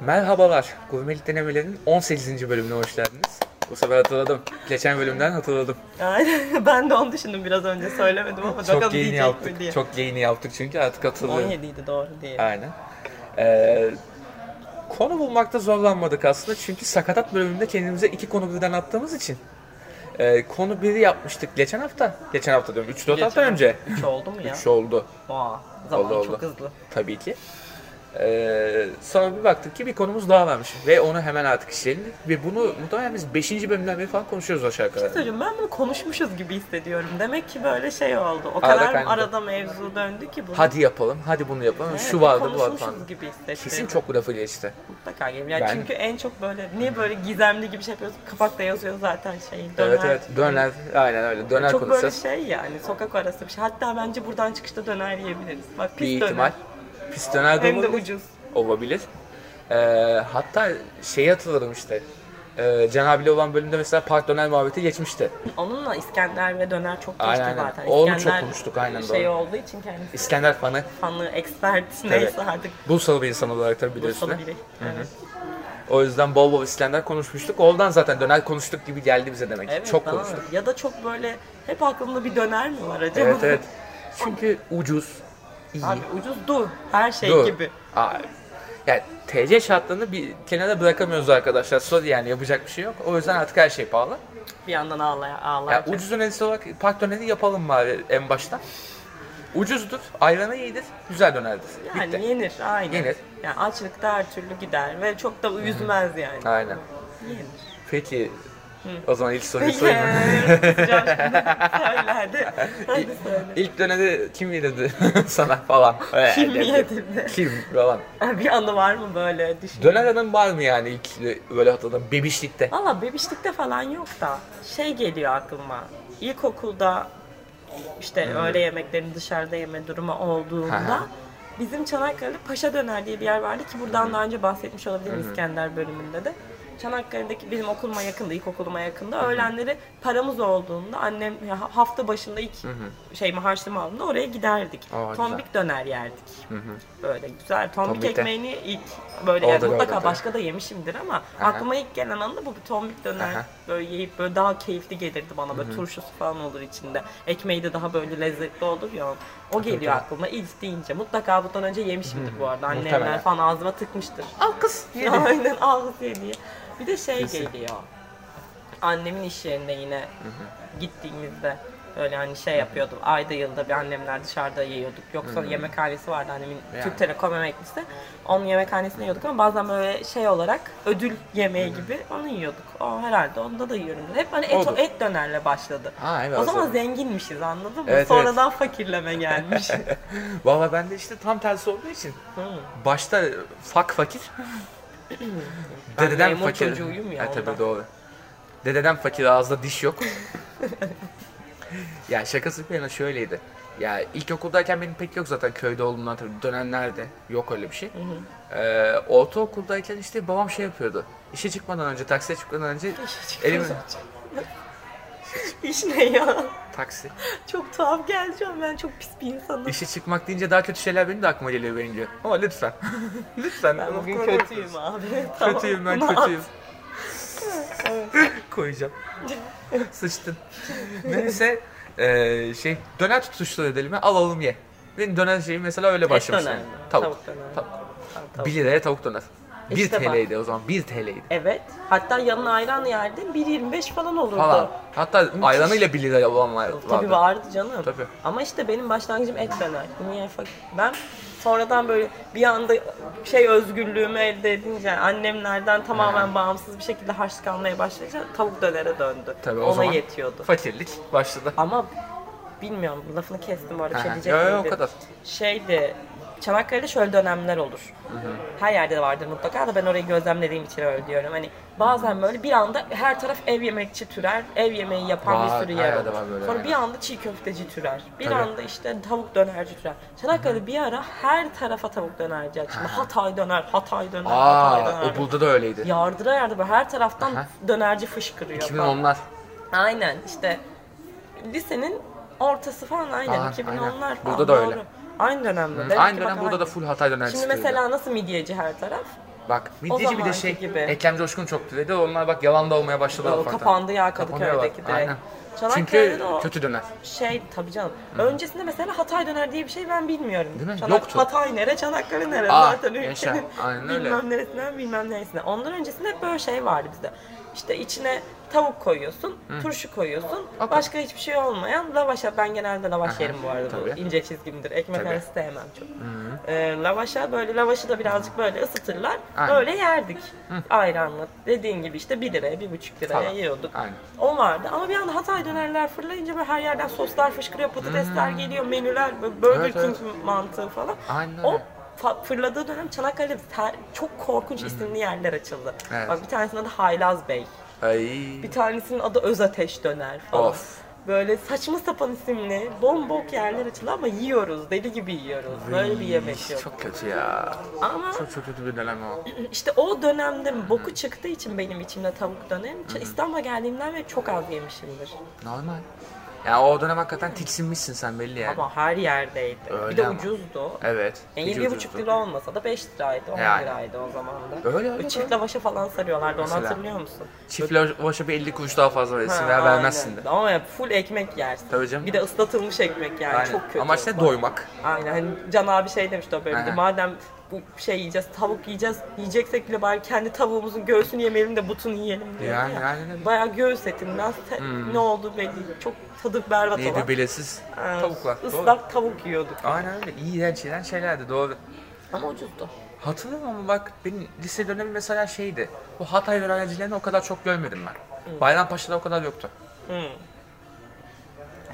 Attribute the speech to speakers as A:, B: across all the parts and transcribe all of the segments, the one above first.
A: Merhabalar, Gurmelik Denemeler'in 18. bölümüne hoş geldiniz. Bu sefer hatırladım. Geçen bölümden hatırladım.
B: Aynen. Ben de onu düşündüm biraz önce söylemedim ama bakalım
A: çok yayını
B: diyecek mi diye.
A: yaptık. Çok yayını yaptık çünkü artık hatırlıyorum.
B: 17 idi doğru değil.
A: Aynen. Ee, konu bulmakta zorlanmadık aslında çünkü sakatat bölümünde kendimize iki konu birden attığımız için. Ee, konu biri yapmıştık geçen hafta. Geçen hafta diyorum 3-4 hafta önce.
B: 3 oldu mu ya?
A: 3 oldu
B: Oha, zaman
A: Oldu,
B: çok
A: oldu.
B: hızlı.
A: tabii ki. Ee, sonra bir baktık ki bir konumuz daha varmış ve onu hemen artık işleyelim. Ve bunu muhtemelen biz 5. bölümden beri falan konuşuyoruz aşağı yukarı.
B: Çocuğum ben bunu konuşmuşuz gibi hissediyorum. Demek ki böyle şey oldu. O
A: Arada
B: kadar
A: kaynadı.
B: arada mevzu döndü ki bu.
A: Hadi yapalım, hadi bunu yapalım.
B: Evet,
A: Şu vardı, bu vardı falan.
B: Konuşmuşuz gibi hissettim.
A: Kesin çok lafı geçti.
B: Mutlaka gibi. Yani
A: Ben-
B: Çünkü en çok böyle niye böyle gizemli gibi şey yapıyoruz. Kapakta yazıyor zaten şey. Döner.
A: Evet evet, döner. Aynen öyle, döner
B: Çok böyle
A: konuşacağız.
B: şey yani sokak arası bir şey. Hatta bence buradan çıkışta döner yiyebiliriz. Bak pis
A: Bir
B: döner.
A: ihtimal. Pis döner de
B: Hem de
A: olabilir.
B: ucuz.
A: olabilir. Ee, hatta şeyi hatırladım işte. Ee, Can abiyle olan bölümde mesela park döner muhabbeti geçmişti.
B: Onunla İskender ve Döner çok geçti
A: Aynen, aynen.
B: zaten.
A: Onu çok
B: İskender
A: konuştuk, aynen,
B: Şey
A: doğru.
B: olduğu için kendisi
A: İskender fanı,
B: fanı, expert neyse artık.
A: Bursalı bir insan olarak tabii biliyorsun.
B: Bursalı
A: ha.
B: biri. Evet.
A: O yüzden bol bol İskender konuşmuştuk. Oradan zaten döner konuştuk gibi geldi bize demek.
B: Evet,
A: çok
B: bana da.
A: konuştuk.
B: Ya da çok böyle hep aklımda bir döner mi var acaba?
A: Evet evet. Çünkü ucuz, iyi.
B: Abi ucuzdu her şey
A: Dur.
B: gibi.
A: Aa, yani TC şartlarını bir kenara bırakamıyoruz arkadaşlar. Sorry yani yapacak bir şey yok. O yüzden artık her şey pahalı.
B: Bir yandan ağlaya ağlar.
A: Ya ucuz önerisi olarak park döneri yapalım bari en başta. Ucuzdur, ayranı iyidir, güzel dönerdir.
B: yani
A: Bitti.
B: yenir aynen.
A: Yenir.
B: Yani açlıkta her türlü gider ve çok da üzmez yani.
A: Aynen.
B: Yenir.
A: Peki o zaman ilk soruyu
B: Peki.
A: sorayım.
B: Sıcak şimdi. Söyle hadi. Hadi söyle.
A: İlk döneri kim yedirdi sana falan.
B: Kim
A: Ee,
B: yedirdi?
A: Kim falan.
B: bir anı var mı böyle düşün.
A: Döner hanım var mı yani ilk böyle hatırladığım bebişlikte?
B: Valla bebişlikte falan yok da şey geliyor aklıma. İlkokulda işte
A: Hmm.
B: öğle yemeklerini dışarıda yeme durumu olduğunda
A: Aha.
B: bizim Çanakkale'de Paşa Döner diye bir yer vardı ki buradan daha önce bahsetmiş olabilirim İskender bölümünde de. Çanakkale'deki benim okuluma yakında, ilkokuluma yakında öğlenleri paramız olduğunda annem ya ha- hafta başında ilk şeyimi harçlığımı aldığımda oraya giderdik.
A: Aa,
B: tombik döner yerdik. Böyle güzel. Tombik
A: Tombik'te.
B: ekmeğini ilk böyle
A: Orada
B: yani
A: da,
B: mutlaka
A: orada da.
B: başka da yemişimdir ama
A: Aha.
B: aklıma ilk gelen anda bu bir tombik döner
A: Aha.
B: böyle yiyip böyle daha keyifli gelirdi bana böyle turşusu falan olur içinde. Ekmeği de daha böyle lezzetli olur ya. O geliyor
A: tabii.
B: aklıma ilk deyince. Mutlaka bundan önce yemişimdir bu arada.
A: Muhtemelen.
B: Annemler falan ağzıma tıkmıştır.
A: Al kız.
B: Aynen ağız diye diye. Bir de şey
A: Kesin.
B: geliyor. Annemin iş yerinde yine gittiğimizde böyle hani şey yapıyordum. Ayda yılda bir annemler dışarıda yiyorduk. Yoksa yemekhanesi vardı annemin
A: Yani.
B: Türk Telekom emeklisi. Onun yemekhanesinde yiyorduk ama bazen böyle şey olarak ödül yemeği gibi onu yiyorduk. O herhalde onda da yiyorum. Hep böyle et,
A: Olur.
B: et dönerle başladı.
A: Ha, evet,
B: o zaman
A: hazır.
B: zenginmişiz anladın mı?
A: Evet,
B: Sonradan fakirleme gelmiş.
A: Valla bende işte tam tersi olduğu için. Başta fak fakir.
B: Ben
A: Dededen
B: memur
A: fakir.
B: çocuğuyum ya
A: Ha, tabii
B: ondan.
A: doğru. Dededen fakir ağızda diş yok. ya şakası bir yana şöyleydi. Ya ilkokuldayken benim pek yok zaten köyde olduğumdan tabii dönenlerde yok öyle bir şey. Ee, ortaokuldayken işte babam şey yapıyordu. İşe çıkmadan önce, taksiye çıkmadan önce elimi
B: İş ne ya?
A: taksi.
B: Çok tuhaf geldi şu an. Ben çok pis bir insanım.
A: İşe çıkmak deyince daha kötü şeyler benim de aklıma geliyor bence. Ama lütfen. lütfen.
B: Ben bugün
A: Korkma.
B: kötüyüm abi. Tamam.
A: Kötüyüm ben
B: Bunu at.
A: kötüyüm. Koyacağım. Sıçtın. Neyse eee, şey döner tutuştu edelim ya, alalım ye. Benim döner şeyi mesela öyle başlamış.
B: E, döner
A: yani.
B: mi?
A: Tavuk.
B: Tavuk döner.
A: Tavuk.
B: Tamam, tamam.
A: 1 liraya tavuk döner. 1
B: İşte bak.
A: TL'ydi o zaman 1 TL'ydi.
B: Evet. Hatta yanına ayran yerdin 1.25 falan olurdu.
A: Falan. Hatta ayranıyla 1 liraya olan var- vardı.
B: Tabii vardı canım.
A: Tabii.
B: Ama işte benim başlangıcım et döner. Niye fak- ben sonradan böyle bir anda şey özgürlüğümü elde edince yani annemlerden tamamen bağımsız bir şekilde harçlık almaya başlayınca tavuk dönere döndü.
A: Tabii o
B: Ona
A: zaman
B: yetiyordu.
A: fakirlik başladı.
B: Ama bilmiyorum lafını kestim bu arada bir şey
A: Aha.
B: diyecek
A: Yo, yo,
B: miydim?
A: o kadar.
B: Şeydi Çanakkale'de şöyle dönemler olur. Her yerde de vardır mutlaka da ben orayı gözlemlediğim için öyle diyorum. Hani bazen böyle bir anda her taraf ev yemekçi türer, ev yemeği yapan
A: Var,
B: bir sürü
A: her
B: yer
A: yerde
B: olur.
A: var böyle,
B: Sonra bir
A: aynen.
B: anda çiğ köfteci türer, bir
A: Tabii.
B: anda işte tavuk dönerci türer. Çanakkale'de bir ara her tarafa tavuk dönerci açıldı. Hatay döner, Hatay döner, Hatay
A: Aa,
B: döner.
A: okulda da öyleydi.
B: Yardıra yardıra her taraftan
A: Aha.
B: dönerci fışkırıyor. falan.
A: 2010'lar.
B: Aynen işte lisenin ortası falan aynen
A: Aa,
B: 2010'lar
A: aynen.
B: falan.
A: Burada da öyle.
B: Doğru. Aynı dönemde.
A: Hı,
B: Demek
A: Aynı
B: ki
A: dönem
B: bak
A: burada da
B: aynı.
A: full Hatay dönercisi.
B: Şimdi mesela nasıl midyeci her taraf?
A: Bak midyeci bir de
B: zamanki
A: şey
B: gibi.
A: Ekrem Coşkun çok türedi. Onlar bak yalan da olmaya başladı.
B: Yo,
A: ufaktan.
B: kapandı ya
A: Kapanıyor
B: Kadıköy'deki
A: bak,
B: direkt.
A: Aynen.
B: Çanakkale'de
A: Çünkü
B: de o-
A: kötü döner.
B: Şey tabii canım. Öncesinde mesela Hatay döner diye bir şey ben bilmiyorum.
A: Değil mi?
B: Çanak-
A: Yoktu.
B: Hatay nere, Çanakkale nere
A: Aa,
B: zaten ülkenin
A: yaşa. Aynen öyle.
B: bilmem neresinden bilmem neresine. Ondan öncesinde hep böyle şey vardı bizde. İşte içine tavuk koyuyorsun, turşu koyuyorsun.
A: kadar.
B: Başka hiçbir şey olmayan lavaşa. Ben genelde lavaş
A: Aha,
B: yerim bu arada. Bu
A: tabii.
B: ince çizgimdir. Ekmek
A: Tabii.
B: arası sevmem çok. Ee, lavaşa böyle lavaşı da birazcık böyle ısıtırlar.
A: Aynen.
B: Böyle yerdik. Ayranla. Dediğin gibi işte 1 liraya, 1,5 liraya
A: Falan.
B: yiyorduk.
A: Aynen.
B: O vardı ama bir anda Hatay dönerler fırlayınca böyle her yerden soslar fışkırıyor, patatesler geliyor, menüler, böyle Burger
A: Hmm. Evet,
B: King
A: evet.
B: mantığı falan.
A: Aynen öyle.
B: O fa- fırladığı dönem Çanakkale'de ter- çok korkunç isimli yerler açıldı.
A: Hmm. Evet.
B: Bak bir tanesinin adı Haylaz Bey,
A: Ay.
B: bir tanesinin adı Öz Ateş Döner falan.
A: Of.
B: Böyle saçma sapan isimli, bombok yerler açıldı ama yiyoruz, deli gibi yiyoruz. Böyle bir yemek yok.
A: Çok kötü ya.
B: Ama
A: Çok çok kötü bir dönem o.
B: işte o dönemde boku çıktığı için benim içimde tavuk dönerim. Ç- İstanbul'a geldiğimden beri çok az yemişimdir.
A: Normal. Ya o dönem hakikaten tiksinmişsin sen belli yani.
B: Ama E, her yerdeydi. bir
A: Öyle
B: de
A: ama.
B: ucuzdu.
A: Evet.
B: Yani
A: gece
B: 21,5
A: ucuzdu.
B: lira olmasa da 5 liraydı, 10
A: Yani.
B: liraydı o zaman da.
A: Öyle, öyle,
B: Bir Çift
A: öyle.
B: lavaşa falan sarıyorlardı, onu
A: Mesela.
B: hatırlıyor musun?
A: Çift lavaşa bir 50 kuruş daha fazla verirsin
B: Ha,
A: veya
B: aynen.
A: vermezsin de.
B: Ama ya full ekmek yersin.
A: Tabii canım.
B: Bir de ıslatılmış ekmek yani
A: Aynen.
B: çok kötü.
A: Amaç ne? Doymak.
B: Aynen. Hani Can abi şey demişti o bölümde.
A: Aynen.
B: Madem bu şey yiyeceğiz, tavuk yiyeceğiz, yiyeceksek bile bari kendi tavuğumuzun göğsünü yemeyelim de butunu yiyelim diyor.
A: Yani,
B: ya.
A: yani öyle. Hmm.
B: Bayağı göğüs etinden se- ne oldu belli. Çok tadı berbat olan.
A: Neydi belirsiz
B: Ha,
A: tavuklar. Doğru.
B: Islak tavuk yiyorduk.
A: Aynen öyle. İğrenç iğrenç şeylerdi doğru.
B: Ama ucuzdu.
A: Hatırlıyorum ama bak benim lise dönemi mesela şeydi. Bu Hatay öğrencilerini o kadar çok görmedim ben. Bayrampaşa'da o kadar yoktu. Hmm.
B: Hı.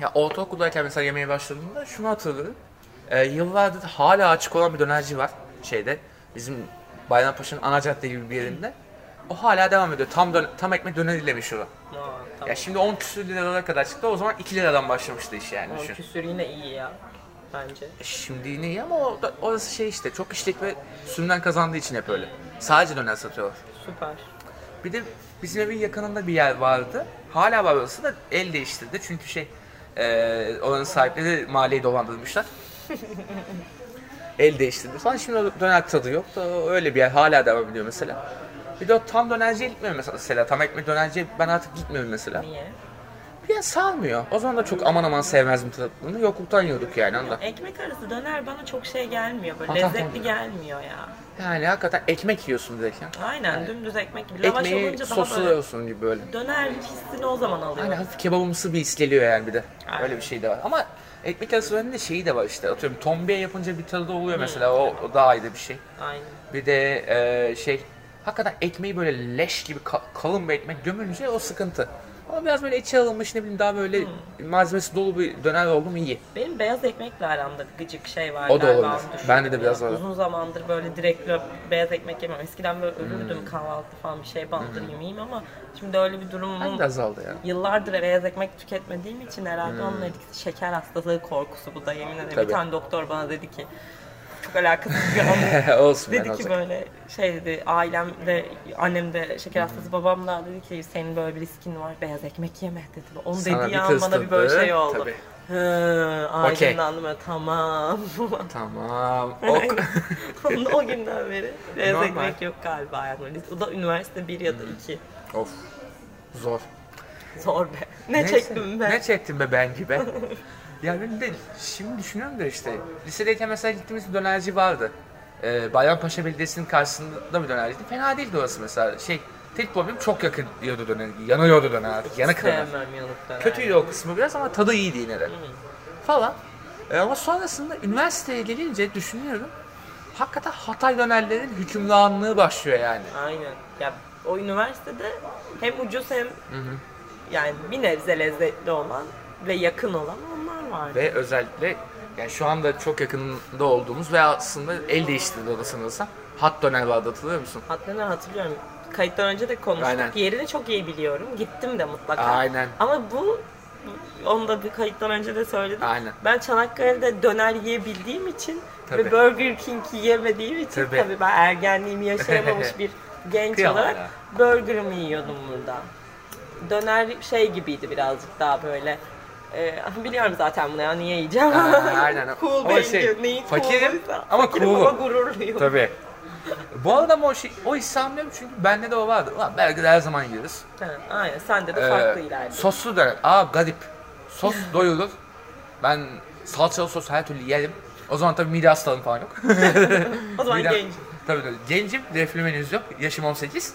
A: Ya ortaokuldayken mesela yemeye başladığımda şunu hatırladım. Ee, yıllardır hala açık olan bir dönerci var şeyde. Bizim Bayrampaşa'nın ana cadde gibi bir yerinde. O hala devam ediyor. Tam dön- tam ekmek döneriyle meşhur. o.
B: Aa, tamam.
A: Ya şimdi 10 küsür liralara kadar çıktı. O zaman 2 liradan başlamıştı iş yani
B: Ama
A: düşün. E,
B: küsür yine iyi ya. Bence.
A: Şimdi yine iyi ama o da- orası şey işte çok işlek ve sürümden kazandığı için hep öyle. Sadece döner satıyorlar.
B: Süper.
A: Bir de bizim evin yakınında bir yer vardı. Hala var orası da el değiştirdi. Çünkü şey eee oranın sahipleri mahalleyi dolandırmışlar. el değiştirdi falan. Şimdi o döner tadı yok da öyle bir yer hala devam ediyor mesela. Bir de o tam dönerciye gitmiyorum mesela. Tam ekmek dönerciye ben artık gitmiyorum mesela.
B: Niye?
A: Bir yer sarmıyor. O zaman da çok aman aman sevmezdim tadını. Yokluktan yiyorduk yani onda.
B: Ekmek arası döner bana çok şey gelmiyor. Böyle
A: Atak
B: lezzetli
A: olmuyor.
B: gelmiyor ya.
A: Yani hakikaten ekmek yiyorsun direkt ya.
B: Aynen dümdüz ekmek gibi. Lavaş
A: Ekmeği
B: olunca daha böyle
A: sosluyorsun gibi böyle.
B: döner hissini o zaman alıyor.
A: Hani hafif kebabımsı bir his geliyor yani bir de.
B: Aynen.
A: Öyle bir şey de var. Ama ekmek arası bölümünde şeyi de var işte. Atıyorum tombiye yapınca bir tadı
B: Hmm.
A: oluyor mesela. O, o daha ayrı bir şey.
B: Aynen.
A: Bir de e, şey hakikaten ekmeği böyle leş gibi ka- kalın bir ekmek gömülünce o sıkıntı. Ama biraz böyle içe alınmış ne bileyim daha böyle
B: Hmm.
A: malzemesi dolu bir döner oldu mu iyi.
B: Benim beyaz ekmekle aramda gıcık şey var
A: O da
B: galiba,
A: olabilir.
B: onu düşündüm
A: Bende de
B: ya.
A: biraz var.
B: Uzun zamandır böyle direkt böyle beyaz ekmek yemem. Eskiden böyle
A: Hmm.
B: ölürdüm kahvaltı falan bir şey bandır yemeyeyim ama şimdi öyle bir durumum
A: Ben de azaldı yani.
B: Yıllardır beyaz ekmek tüketmediğim için herhalde onun etkisi şeker hastalığı korkusu bu da yemin ederim. Bir
A: Hmm. Tabii.
B: tane doktor bana dedi ki çok alakasız bir anı.
A: Olsun ben
B: dedi ki
A: olacak.
B: böyle şey dedi ailemde annemde şeker
A: Hmm.
B: hastası babam da dedi ki senin böyle bir riskin var beyaz ekmek yeme dedi. Onu
A: Sana
B: dediği
A: bir
B: an bana bir böyle
A: kıstırdı,
B: şey oldu.
A: tabii.
B: Hı,
A: Okey.
B: aydınlandım böyle, tamam.
A: Tamam. Ok.
B: Ondan o günden beri beyaz
A: Normal. Hmm.
B: ekmek yok galiba hayatımda. O da üniversite 1 ya da 2.
A: of. Zor.
B: Zor be. Ne
A: Neyse,
B: çektim ben.
A: Ne çektim be ben gibi. ya ben de şimdi düşünüyorum da işte lisedeyken mesela gittiğimiz bir dönerci vardı. Ee, Bayrampaşa Belediyesi'nin karşısında bir dönerciydi. Fena değildi orası mesela. Şey tek problem çok yakın yiyordu döner. Yanıyordu döner artık. Yanık döner.
B: Sevmem yanıkları.
A: Kötüydü o kısmı biraz ama tadı iyiydi yine
B: Hmm.
A: de. Falan. Ee, ama sonrasında üniversiteye gelince düşünüyorum. Hakikaten Hatay dönerlerin hükümranlığı başlıyor yani.
B: Aynen. Ya o üniversitede hem ucuz hem yani bir nebze lezzetli olan ve yakın olan onlar vardı.
A: Ve özellikle yani şu anda çok yakınında olduğumuz ve aslında el değiştirdi orada sanırsam. Hat döner vardı hatırlıyor musun?
B: Hatta ne hatırlıyorum. Kayıttan önce de konuştuk.
A: Aynen.
B: Yerini çok iyi biliyorum. Gittim de mutlaka.
A: Aynen.
B: Ama bu onu da bir kayıttan önce de söyledim.
A: Aynen.
B: Ben Çanakkale'de döner yiyebildiğim için ve
A: Tabii.
B: Burger King yiyemediğim için tabii,
A: Tabii.
B: ben ergenliğimi yaşayamamış bir genç
A: Kıyamam
B: olarak
A: ya.
B: burgerımı yiyordum burada. Döner şey gibiydi birazcık daha böyle. Ee, biliyorum zaten bunu ya niye yiyeceğim.
A: Aa, aynen.
B: cool
A: Ama
B: bence.
A: şey,
B: Neyin
A: fakirim
B: cool'uysa.
A: ama
B: Fakirim
A: cool'um.
B: ama gururluyum.
A: Tabii. Bu arada ama o, şey, o hissi anlıyorum çünkü bende de o vardı. Ulan belki de her zaman yeriz.
B: Ha, aynen sende de
A: Ee,
B: farklı ilerliyor.
A: soslu döner. Aa garip. Sos doyurur. Ben salçalı sos her türlü yerim. O zaman tabii mide hastalığım falan yok.
B: o zaman
A: Midem-
B: genç.
A: Tabii tabii. Gencim, reflü menüz yok. Yaşım 18.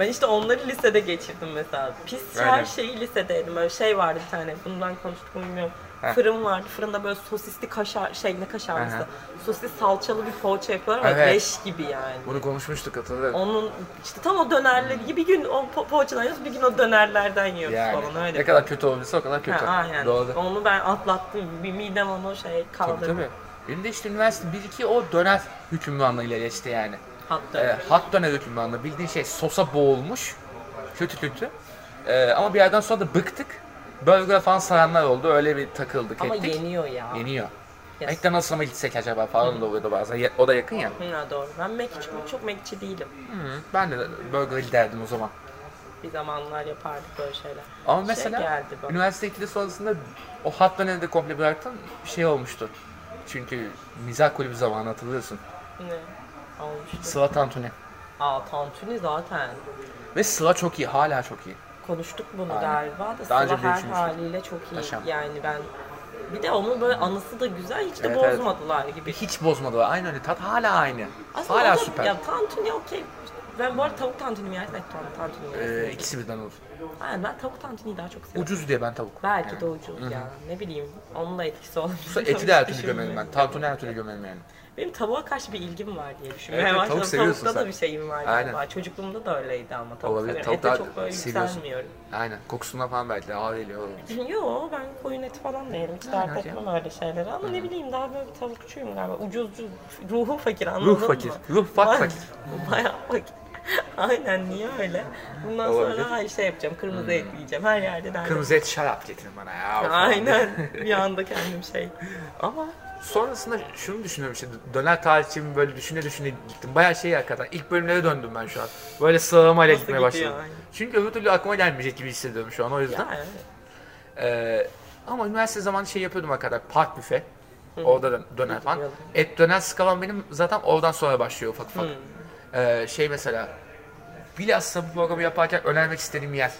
B: Ben işte onları lisede geçirdim mesela. Pis
A: Aynen.
B: her şeyi lisedeydim. Böyle şey vardı bir tane. Bundan konuştuk mu bilmiyorum.
A: Heh.
B: Fırın vardı. Fırında böyle sosisli kaşar şey ne kaşarlısı.
A: Aha.
B: Sosis salçalı bir poğaça yapıyorlar ama
A: Evet.
B: leş gibi yani.
A: Bunu konuşmuştuk hatırlıyorum.
B: Onun işte tam o
A: Hmm.
B: dönerleri gibi bir gün o po- poğaçadan yiyoruz, bir gün o dönerlerden yiyoruz
A: Yani
B: falan öyle.
A: ne kadar kötü olursa o kadar
B: Ha,
A: kötü.
B: aynen.
A: Doğru.
B: Onu ben atlattım. Bir midem onu şey
A: Tabii
B: kaldırdı.
A: tabii. Benim de işte üniversite 1-2 o döner hükümranlığıyla geçti yani.
B: Hatta.
A: Ee, hat döner hükümranlığı bildiğin şey sosa boğulmuş. Kötü kötü. Ee, ama bir yerden sonra da bıktık. Burger falan saranlar oldu. Öyle bir takıldık
B: Ama
A: ettik.
B: yeniyor ya.
A: Yeniyor.
B: Yes.
A: McDonald's'a mı gitsek acaba falan da oluyordu bazen. Ye- O da yakın ya.
B: Ha, doğru. Ben mekçi, çok mekçi değilim.
A: Hı, Ben de burger giderdim o zaman.
B: Bir zamanlar yapardık böyle şeyler.
A: Ama
B: Şey
A: mesela
B: geldi bana.
A: üniversite ikili sonrasında o hat döneri de komple bıraktım. Şey olmuştu. Çünkü mizah kulübü zamanı hatırlıyorsun.
B: Ne? Olmuştu.
A: Sıla Tantuni.
B: Aa tantuni zaten.
A: Ve Sıla çok iyi. Hala çok iyi.
B: Konuştuk bunu
A: Aynen.
B: galiba da
A: Daha önce
B: Sıla her
A: görüşmüştük.
B: haliyle çok iyi.
A: Taşan.
B: Yani ben bir de onun böyle anısı da güzel hiç de
A: Evet, evet.
B: bozmadılar gibi.
A: Hiç bozmadılar. Aynı öyle tat hala aynı.
B: Aslında
A: hala
B: o da,
A: süper.
B: Ya tantuni okey. Ben bu arada tavuk tantuni mi yersin? et tan- tantuni mi yersin?
A: Ee, ikisi birden olur.
B: Aynen ben tavuk tantuniyi daha çok seviyorum.
A: Ucuz diye ben tavuk.
B: Belki
A: yani.
B: de ucuz ya. Ne bileyim. Onun da etkisi olmuş.
A: Yoksa eti de her türlü gömerim ben. Tantuni her türlü gömerim yani.
B: Benim tavuğa karşı bir ilgim var diye düşünüyorum.
A: Evet,
B: Evet,
A: evet, tavuk seviyorsun
B: Tavukta da
A: sen.
B: bir şeyim var
A: Aynen.
B: galiba. Çocukluğumda da öyleydi ama tavuk
A: Olabilir,
B: seviyorum.
A: tavuk
B: Ete
A: daha
B: çok böyle
A: seviyorsun.
B: yükselmiyorum.
A: Aynen. Kokusuna falan belki de ağır geliyor.
B: Yo ben koyun eti falan da yerim. Hiç
A: Aynen
B: dert etmem öyle şeyleri. Ama ne bileyim daha böyle bir tavukçuyum galiba. Ucuzcu. Ruhum fakir anladın
A: Ruh
B: mı?
A: fakir. Ruh fak fakir.
B: Bayağı fakir. Aynen niye öyle? Bundan
A: Olabilir. Hmm.
B: sonra her şey yapacağım. Kırmızı et yiyeceğim. Her yerde nerede.
A: Kırmızı et şarap getirin bana ya. falan.
B: Aynen. bir anda kendim şey.
A: Ama sonrasında şunu düşünüyorum işte döner tarihçimi böyle düşüne düşüne gittim. Bayağı şey hakikaten ilk bölümlere döndüm ben şu an. Böyle sığamayla
B: Nasıl
A: gitmeye başladım.
B: gidiyor, aynen.
A: Çünkü öbür türlü aklıma gelmeyecek gibi hissediyorum şu an o yüzden.
B: Ya,
A: Ee, ama üniversite zamanı şey yapıyordum hakikaten park büfe. Orada dön- döner falan.
B: Gidiyordum.
A: Et döner skalam benim zaten oradan sonra başlıyor ufak ufak. Ee, şey mesela bilhassa bu programı yaparken önermek istediğim yer.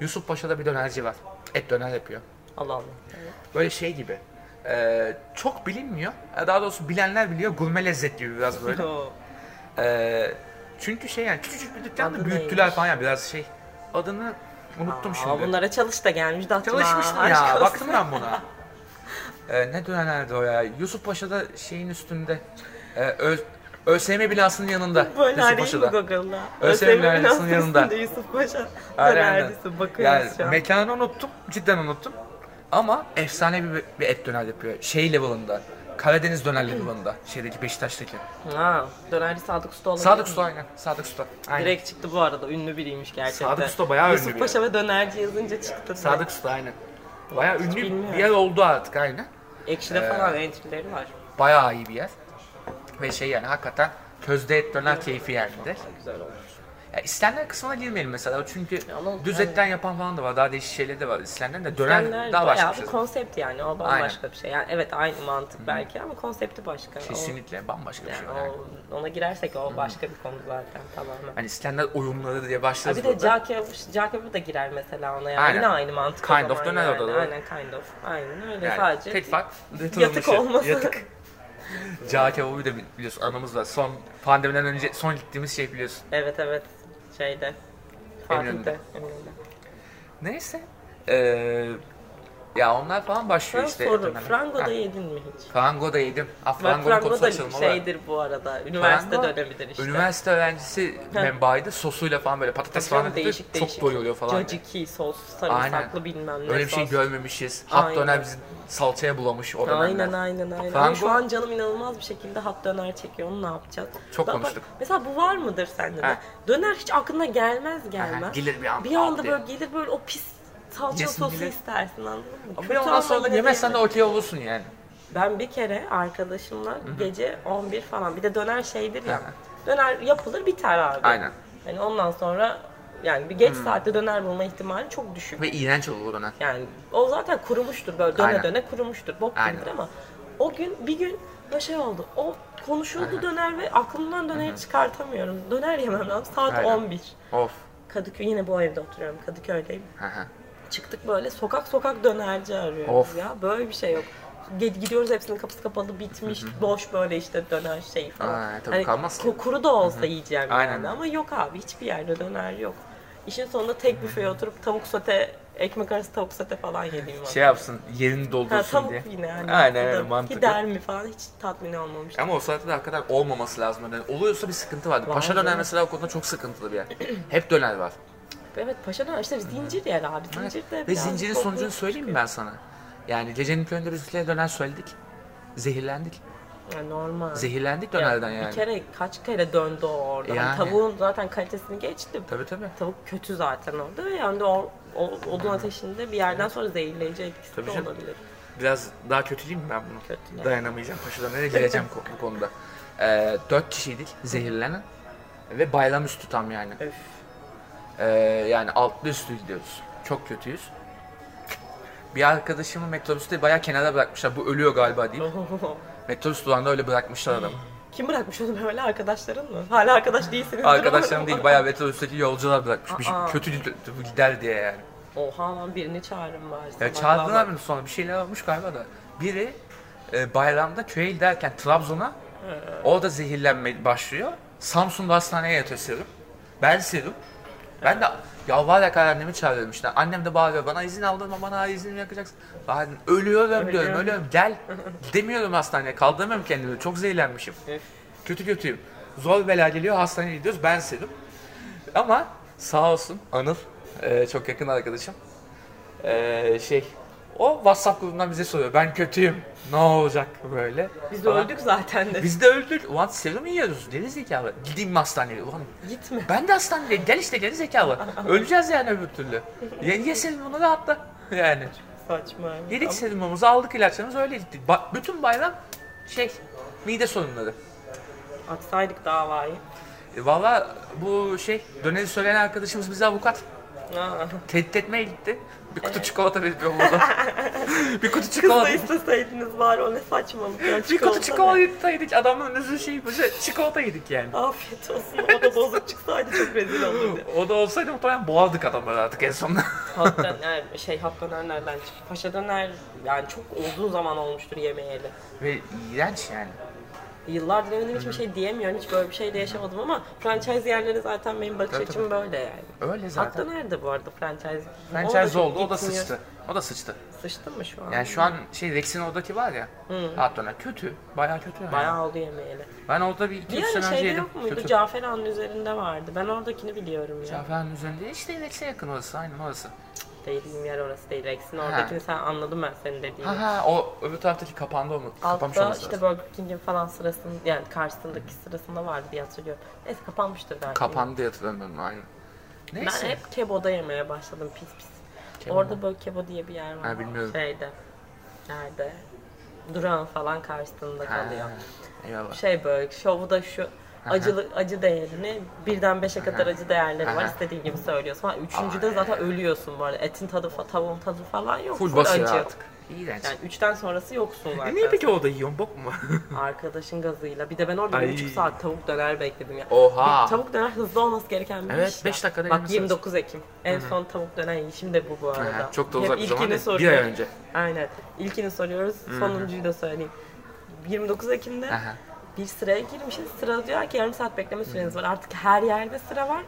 A: Yusuf Paşa'da bir dönerci var. Et döner yapıyor
B: Allah Allah.
A: böyle şey gibi. Ee, çok bilinmiyor. Ee, Daha doğrusu bilenler biliyor. Gurme lezzet gibi biraz böyle.
B: Yo.
A: Ee, çünkü şey yani küçücük bir dükkan da
B: Adı
A: büyüttüler
B: neymiş?
A: falan ya biraz şey. Adını unuttum
B: Aa,
A: şimdi.
B: Bunlara çalış da gelmiş de atma.
A: Çalışmıştım
B: Aşk
A: ya.
B: olsun.
A: Baktım ben buna. Ee, ne dönerdi o ya? Yusuf Paşa'da şeyin üstünde. Ee, Ö- ÖSYM binasının yanında.
B: Böyle
A: Yusuf
B: arayayım mı
A: Paşa'da.
B: Google'da?
A: Özlem
B: Özlem'in
A: Üniversitesi'nin
B: binasının
A: yanında.
B: üstünde Yusuf Paşa
A: Aynen.
B: dönercisi bakıyoruz
A: Yani
B: şu an.
A: mekanı unuttum. Cidden unuttum. Ama efsane bir, bir et döner yapıyor. Şey level'ında. Karadeniz döner level'ında. Şeydeki Beşiktaş'taki.
B: Ha, dönerci Sadık Usta olabilir
A: Sadık
B: mi?
A: Usta aynen. Sadık Usta. Aynen.
B: Direkt çıktı bu arada. Ünlü biriymiş gerçekten.
A: Sadık Usta bayağı
B: Yusuf
A: ünlü bir
B: Paşa ve dönerci yazınca çıktı.
A: Sadık Usta aynen. Bayağı ünlü
B: bilmiyorum.
A: bir yer oldu artık aynen. Ee,
B: Ekşi'de falan entrileri var.
A: Bayağı iyi bir yer. Ve şey yani hakikaten közde et döner keyfi yani bir de.
B: Güzel olmuş.
A: Ya İskender kısmına girmeyelim mesela çünkü
B: Ama-
A: düz etten yapan falan da var. Daha değişik şeyler de var İskender'in de döner
B: Döner
A: daha
B: bayağı
A: başka bir
B: bir
A: şey.
B: konsept yani. O bambaşka bir şey. Yani evet aynı mantık belki ama konsepti başka. O-
A: Kesinlikle bambaşka bir şey.
B: yani
A: Yani.
B: o, ona girersek o başka bir konu zaten tamamen.
A: Hani İskender oyunları diye
B: Ha
A: başlarız
B: bir de
A: burada.
B: Jack Yavuz, Jack Yavuz da girer mesela ona yani.
A: Aynen.
B: Yine aynı mantık. o
A: Kind of
B: zaman
A: döner
B: yani.
A: odaları.
B: Aynen kind of. Aynen öyle
A: Yani
B: sadece.
A: tek fark
B: yatık
A: olması.
B: olması.
A: Yatık. Cağ kebabı da bili- biliyorsun anamızla son pandemiden önce son gittiğimiz şey biliyorsun.
B: Evet evet. Şeyde. Fatih'te.
A: Eminönü'nde.
B: Eminönü'nde.
A: Neyse. Ee, ya onlar falan başlıyor
B: Sana
A: işte.
B: soru.
A: dönemler.
B: Frango'da
A: Ha,
B: yedin mi hiç?
A: Frango da yedim. Ha,
B: Ben
A: Frango'nun
B: Frango
A: konusu
B: da
A: açılmalı.
B: şeydir bu arada. Üniversite
A: Frango,
B: dönemidir işte.
A: Üniversite öğrencisi
B: Ha.
A: menbaıydı. Sosuyla falan böyle patates
B: Çok
A: falan atıyor,
B: değişik
A: çok
B: değişik.
A: doyuruyor falan.
B: Caciki, sos, sarımsaklı bilmem ne
A: Öyle bir şey
B: sos.
A: görmemişiz. Hat
B: Aynen.
A: döner bizi salçaya bulamış o dönemler.
B: Aynen aynen aynen.
A: Frango-
B: Ama şu an canım inanılmaz bir şekilde hat döner çekiyor. Onu ne yapacağız?
A: Çok
B: Ben bak-
A: konuştuk.
B: mesela bu var mıdır sende de?
A: He.
B: Döner hiç aklına gelmez gelmez.
A: Aha, gelir bir an-
B: Bir anda
A: al diye.
B: böyle gelir böyle o pis salça
A: Yesin
B: sosu
A: gelir.
B: istersin anladın mı?
A: Ama
B: Kötü
A: ondan sonra
B: ama
A: da
B: yine de
A: yemezsen de
B: yenir.
A: okey olursun yani.
B: Ben bir kere arkadaşımla gece 11 falan bir de döner şeydir ya.
A: He.
B: Döner yapılır biter abi.
A: Aynen.
B: Yani ondan sonra yani bir geç saatte döner bulma ihtimali çok düşük.
A: Ve iğrenç olur o döner.
B: Yani o zaten kurumuştur böyle döne
A: Aynen.
B: döne kurumuştur. Bok
A: Aynen.
B: gibidir ama o gün bir gün ve şey oldu. O konuşuldu
A: Aha.
B: döner ve aklımdan döneri çıkartamıyorum. Döner yemem lazım. Saat
A: Aynen.
B: 11.
A: Of.
B: Kadıköy yine bu evde oturuyorum. Kadıköy'deyim.
A: Hı hı.
B: Çıktık böyle sokak sokak dönerci arıyoruz
A: Of.
B: ya. Böyle bir şey yok. Ge- Gidiyoruz hepsinin kapısı kapalı bitmiş boş böyle işte döner şey falan.
A: Aa, tabii kalmaz ki.
B: Kuru da olsa yiyeceğim
A: Aynen.
B: yani ama yok abi hiçbir yerde döner yok. İşin sonunda tek büfeye oturup tavuk sote, ekmek arası tavuk sote falan yediğim var.
A: Şey yapsın yerini
B: ha,
A: doldursun
B: tavuk
A: diye.
B: yine hani.
A: Aynen
B: Bu da
A: öyle mantıklı.
B: Gider mi falan hiç tatmin olmamış.
A: Ama o saatte de hakikaten olmaması lazım. Yani oluyorsa bir sıkıntı vardı.
B: Var
A: Paşa
B: canım.
A: döner mesela o konuda çok sıkıntılı bir yer. Hep döner var.
B: Evet paşa döner işte zincir yer abi. Zincir de
A: Ve
B: biraz
A: zincirin
B: korkunç
A: sonucunu söyleyeyim mi
B: çıkıyor.
A: ben sana? Yani gecenin köyünde biz üstüne döner söyledik. Zehirlendik.
B: Yani normal.
A: Zehirlendik dönerden
B: Bir
A: yani.
B: kere kaç kere döndü o orada. Hani
A: Yani.
B: tavuğun zaten kalitesini geçti.
A: Tabii tabii.
B: Tavuk kötü zaten orada ve yani de o, o odun ateşinde bir yerden sonra zehirleyici etkisi
A: Tabii
B: de
A: canım.
B: olabilir.
A: Biraz daha kötü değil mi ben bunu?
B: Kötü yani.
A: Dayanamayacağım. Paşa dönere gireceğim ko- bu konuda. Ee, dört kişiydik zehirlenen. Ve bayram üstü tam yani.
B: Öf.
A: Ee, yani altlı üstü gidiyoruz. Çok kötüyüz. Bir arkadaşımı metrobüste bayağı kenara bırakmışlar. Bu ölüyor galiba deyip. Metrobüs durağında öyle bırakmışlar adamı.
B: Kim bırakmış onu böyle arkadaşların mı? Hala arkadaş değilsiniz.
A: Arkadaşlarım değil bayağı metrobüsteki yolcular bırakmış. Bir
B: Aa.
A: kötü gid- gider diye yani.
B: Oha lan birini çağırın bari.
A: Ya
B: sabah
A: çağırdılar
B: sabah.
A: beni sonra bir şeyler olmuş galiba da. Biri e, bayramda köye giderken Trabzon'a
B: Ee.
A: orada zehirlenme başlıyor. Samsun'da hastaneye yatıyor serum. Ben serum. Ben de yalvararak annemi çağırıyorum işte. Annem de bağırıyor bana izin aldırma bana izin yakacaksın. Ben ölüyorum diyorum
B: Ölüyorum.
A: ölüyorum gel. Demiyorum hastaneye kaldıramıyorum kendimi çok zehirlenmişim.
B: Öf.
A: Kötü kötüyüm. Zor bela geliyor hastaneye gidiyoruz ben serum. Ama sağ olsun Anıl e, çok yakın arkadaşım. E, şey o WhatsApp grubundan bize soruyor ben kötüyüm ne olacak böyle.
B: Biz
A: falan.
B: öldük zaten de.
A: Biz de öldük. Ulan serum yiyoruz. Deli zekalı. Gideyim mi hastaneye? Ulan
B: Gitme.
A: ben de hastaneye. Gel işte geri zekalı. Öleceğiz yani öbür türlü. Ye, ye serumunu rahatla. Yani.
B: Saçma.
A: Yedik serumumuzu aldık ilaçlarımızı öyle gittik. Ba- bütün bayram şey mide sorunları.
B: Ama Atsaydık davayı.
A: E, Valla bu şey döneri söyleyen arkadaşımız bize avukat.
B: Aa.
A: Tehdit etmeye gitti. Bir kutu çikolata veriyor orada. bir kutu
B: Kız da
A: çikolata.
B: isteseydiniz var o ne saçmalık ya.
A: Bir kutu
B: ne?
A: çikolata yedik. Adamın önünüzü şey bize çikolata yedik yani.
B: Afiyet olsun. O da bozuk çıksaydı çok rezil olurdu.
A: O da olsaydı muhtemelen boğardık adamları artık en sonunda.
B: Halk döner, şey halk döner nereden çıktı? Paşa döner yani çok uzun zaman olmuştur yemeyeli.
A: Ve iğrenç yani.
B: Yıllardır yemedim hiçbir şey diyemiyorum. Hiç böyle bir şey de yaşamadım ama franchise yerleri zaten benim bakış
A: Tabii,
B: açım böyle yani.
A: Öyle
B: Halk
A: zaten.
B: döner de bu arada franchise. Orada
A: Franchise
B: çok
A: oldu, o da
B: gitmiyor.
A: sıçtı. O da sıçtı.
B: Sıçtı mı şu an?
A: Yani şu an şey Rex'in oradaki var ya. Rahat döner. Kötü. Bayağı kötü yani.
B: Bayağı oldu yemeyeli.
A: Ben orada bir iki
B: Bir
A: üç
B: ara
A: sene önce
B: şeyde
A: yedim.
B: yok muydu?
A: Kötü.
B: Cafer Ağa'nın üzerinde vardı. Ben oradakini biliyorum ya.
A: Cafer'in üzerinde işte Rex'e yakın orası. Aynen orası.
B: Değilim yer orası değil. Rex'in oradakini sen anladın ben senin dediğini.
A: Ha ha o öbür taraftaki kapandı onu. Kapanmış
B: Altta
A: olması
B: işte
A: lazım.
B: Burger King'in falan sırasının yani karşısındaki sırasında vardı diye hatırlıyorum. Neyse kapanmıştır belki.
A: Kapandı hatırlamıyorum aynen. Neyse.
B: Ben hep keboda yemeye başladım pis pis.
A: Kebo
B: Orada böyle kebo diye bir yer var.
A: Ha, bilmiyorum.
B: Şeyde. Nerede? Duran falan karşısında
A: Ha,
B: kalıyor.
A: Eyvallah.
B: Şey böyle şovu da şu acılı acı değerini birden beşe kadar acı değerleri var. istediğin gibi söylüyorsun. Ha, üçüncüde zaten ölüyorsun bu arada. Etin tadı, fa- tavuğun tadı falan yok.
A: Full
B: acı.
A: basıyor artık. İğrenç.
B: Yani üçten sonrası yoksun zaten.
A: E niye peki orada yiyorsun? Bok mu var?
B: Arkadaşın gazıyla. Bir de ben orada
A: Ay.
B: bir buçuk saat tavuk döner bekledim ya.
A: Oha.
B: Bir tavuk döner hızlı olması gereken bir
A: Evet,
B: iş. ya.
A: beş dakikada
B: Bak
A: yemesi
B: 29 Ekim. En son tavuk döner yiyişim de bu bu arada.
A: Aha, çok da
B: Hep
A: uzak bir zaman
B: ilkini
A: değil. Bir ay
B: soruyoruz.
A: önce.
B: Aynen. İlkini soruyoruz. Sonuncuyu da söyleyeyim. 29 Ekim'de
A: Aha.
B: bir sıraya girmişiz. Sıra diyor ki yarım saat bekleme süreniz var. Artık her yerde sıra var.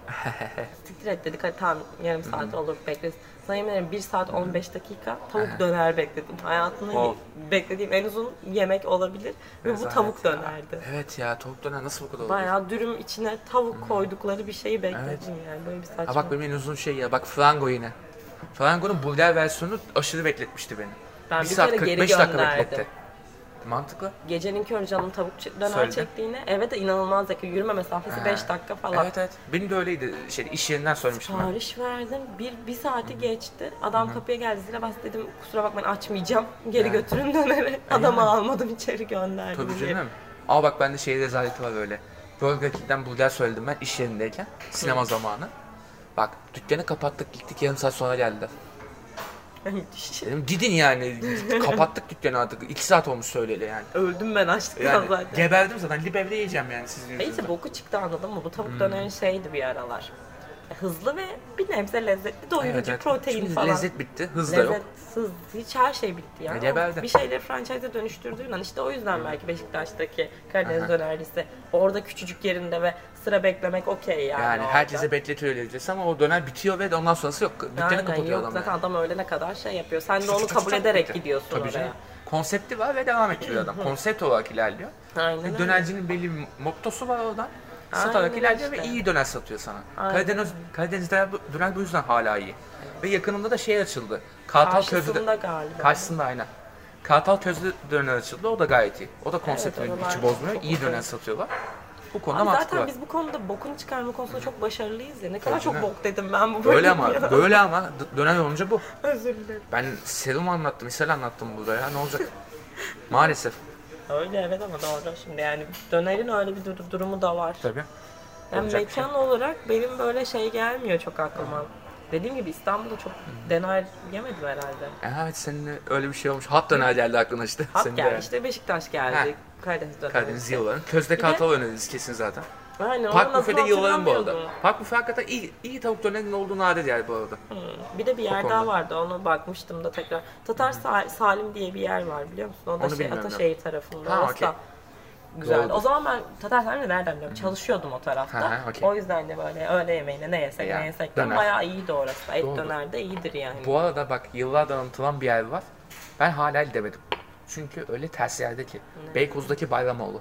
B: Siktir et dedik. Hadi tamam yarım saat olur bekleriz. Sana yemin ederim 1 saat 15 dakika tavuk döner bekledim. Hayatımda
A: Of.
B: beklediğim en uzun yemek olabilir. Ve bu
A: Rezalet
B: tavuk
A: ya.
B: dönerdi.
A: Evet ya tavuk döner nasıl bu kadar olur?
B: Bayağı dürüm içine tavuk koydukları bir şeyi bekledim
A: Evet.
B: yani böyle bir
A: Ha
B: saçma.
A: bak benim en uzun şey ya bak Frango yine. Frango'nun Bulgar versiyonu aşırı bekletmişti beni.
B: Ben
A: Bir
B: bir
A: saat
B: kere geri
A: 45 dakika
B: gönderdim.
A: bekletti. Mantıklı.
B: Gecenin körü canım tavuk ç- döner
A: Söyle.
B: çektiğini eve de inanılmaz yakın yürüme mesafesi 5 dakika falan.
A: Evet evet. Benim de öyleydi. Şey, iş yerinden söylemiştim ben.
B: Sipariş verdim. Bir, bir saati geçti. Adam kapıya geldi. Zile bastı. Dedim kusura bakmayın açmayacağım. Geri götürün döneri. Adamı almadım içeri gönderdim.
A: Tabii
B: diye.
A: canım. Aa bak bende şey rezaleti var öyle. Burger King'den Bulgar söyledim ben iş yerindeyken. Sinema zamanı. Bak dükkanı kapattık gittik yarım saat sonra geldiler.
B: Müthiş.
A: Dedim gidin yani. Kapattık dükkanı artık. 2 saat olmuş söyleyeli yani.
B: Öldüm ben açlıktan
A: Yani
B: zaten.
A: geberdim zaten. Libevde yiyeceğim yani sizin yüzünüzden.
B: Neyse boku çıktı anladın mı? Bu tavuk
A: Hmm.
B: döneri şeydi bir aralar. E, Hızlı ve bir nebze lezzetli, doyurucu,
A: Evet, evet.
B: protein
A: Şimdi
B: falan.
A: Lezzet bitti. Hız da yok. E,
B: Lezzetsiz, hiç her şey bitti yani.
A: Geberdi.
B: Bir şeyleri franchise'e dönüştürdüğün an işte o yüzden belki Beşiktaş'taki Karadeniz
A: Aha.
B: dönerlisi orada küçücük yerinde ve sıra beklemek okey yani.
A: Yani
B: orada.
A: herkese bekletiyor lezzeti ama o döner bitiyor ve ondan sonrası yok. Dükkanı
B: Aynen,
A: kapatıyor
B: yok,
A: adam
B: zaten
A: yani.
B: adam öğlene kadar şey yapıyor. Sen de
A: Çat
B: onu
A: çat
B: kabul
A: çat
B: ederek
A: bitti.
B: gidiyorsun
A: Tabii
B: oraya.
A: canım. Konsepti var ve devam ettiriyor adam. Konsept olarak ilerliyor.
B: Aynen
A: Ve
B: öyle.
A: E, dönercinin belli bir mottosu var oradan.
B: Aynen
A: Satarak ilerliyor ve
B: işte.
A: iyi döner satıyor sana.
B: Aynen
A: Karadeniz, Karadeniz döner, bu- döner bu yüzden hala iyi. Ve yakınında da şey açıldı. Kartal Közlü.
B: Karşısında galiba.
A: Karşısında aynen. Kartal Közlü döner açıldı. O da gayet iyi. O da konseptini
B: oralar
A: hiç bozmuyor.
B: çok
A: İyi döner
B: okey.
A: satıyorlar. Bu
B: Abi
A: konuda mantıklı
B: zaten
A: var.
B: biz bu konuda bokunu çıkarma konusunda çok başarılıyız ya. Ne kadar
A: Tabii
B: çok
A: canım.
B: bok dedim ben bu
A: Böyle
B: bölüm ya.
A: ama, böyle ama d- döner olunca bu.
B: Özür dilerim.
A: Ben serum anlattım, misal anlattım burada ya. Ne olacak? Maalesef.
B: Öyle evet ama doğru şimdi yani dönerin öyle bir dur- durumu da var.
A: Tabii.
B: Yani
A: Olacak bir şey
B: mekan olarak benim böyle şey gelmiyor çok aklıma. Dediğim gibi İstanbul'da çok döner yemedim herhalde.
A: E, Evet seninle öyle bir şey olmuş. Hap döner geldi aklına işte.
B: Hap
A: Senin de
B: geldi
A: yani.
B: işte Beşiktaş geldi. Karadeniz döneri.
A: Karadeniz yılların. Közde kartal öneririz kesin zaten.
B: Aynen, onun
A: Park
B: adını
A: büfede yılların bu arada.
B: hatırlamıyordum.
A: Park büfe hakikaten iyi, iyi tavuk dönerinin olduğu nadir yer bu arada.
B: Hmm, Bir de bir yer
A: konuda.
B: daha vardı ona bakmıştım da tekrar. Tatar Sa- Salim diye bir yer var biliyor musun? O da
A: Onu
B: şey,
A: bilmiyorum ben.
B: Ataşehir tarafında.
A: Ha,
B: Orası
A: okey.
B: da güzeldi.
A: Doğrudur.
B: O zaman ben Tatar Salim'i nereden biliyorum? Çalışıyordum o tarafta.
A: Ha, ha, okey.
B: O yüzden de böyle öğle yemeğine ne yesek
A: Ya,
B: ne yesek. de
A: döner.
B: Bayağı iyiydi orası. da. Et
A: Doğrudur.
B: döner de iyidir yani.
A: Bu arada bak yıllardan unutulan bir yer var. Ben hala gidemedim. Çünkü öyle ters yerde ki. Beykoz'daki Bayramoğlu.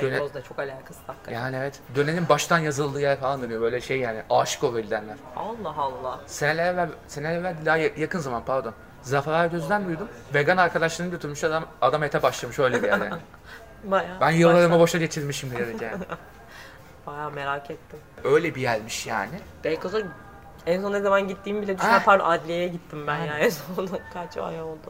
A: döner-
B: Beykoz'da çok alakası hakikaten.
A: Yani evet. Dönenin baştan yazıldığı yer falan dönüyor. Böyle şey yani aşık o verilenler.
B: Allah Allah.
A: Seneler evvel, seneler evvel daha ya- yakın zaman pardon. Zafer Erdöz'den duydum. Vegan arkadaşlarını götürmüş adam, adam ete başlamış öyle bir yer yani.
B: Bayağı,
A: Ben yıllarımı boşa geçirmişim diyerek yani.
B: başta- Bayağı merak ettim.
A: Öyle bir yermiş yani.
B: Beykoz'a en son ne zaman gittiğimi bile düşünüyorum.
A: Ah.
B: Pardon adliyeye gittim ben ya. En son kaç ay oldu.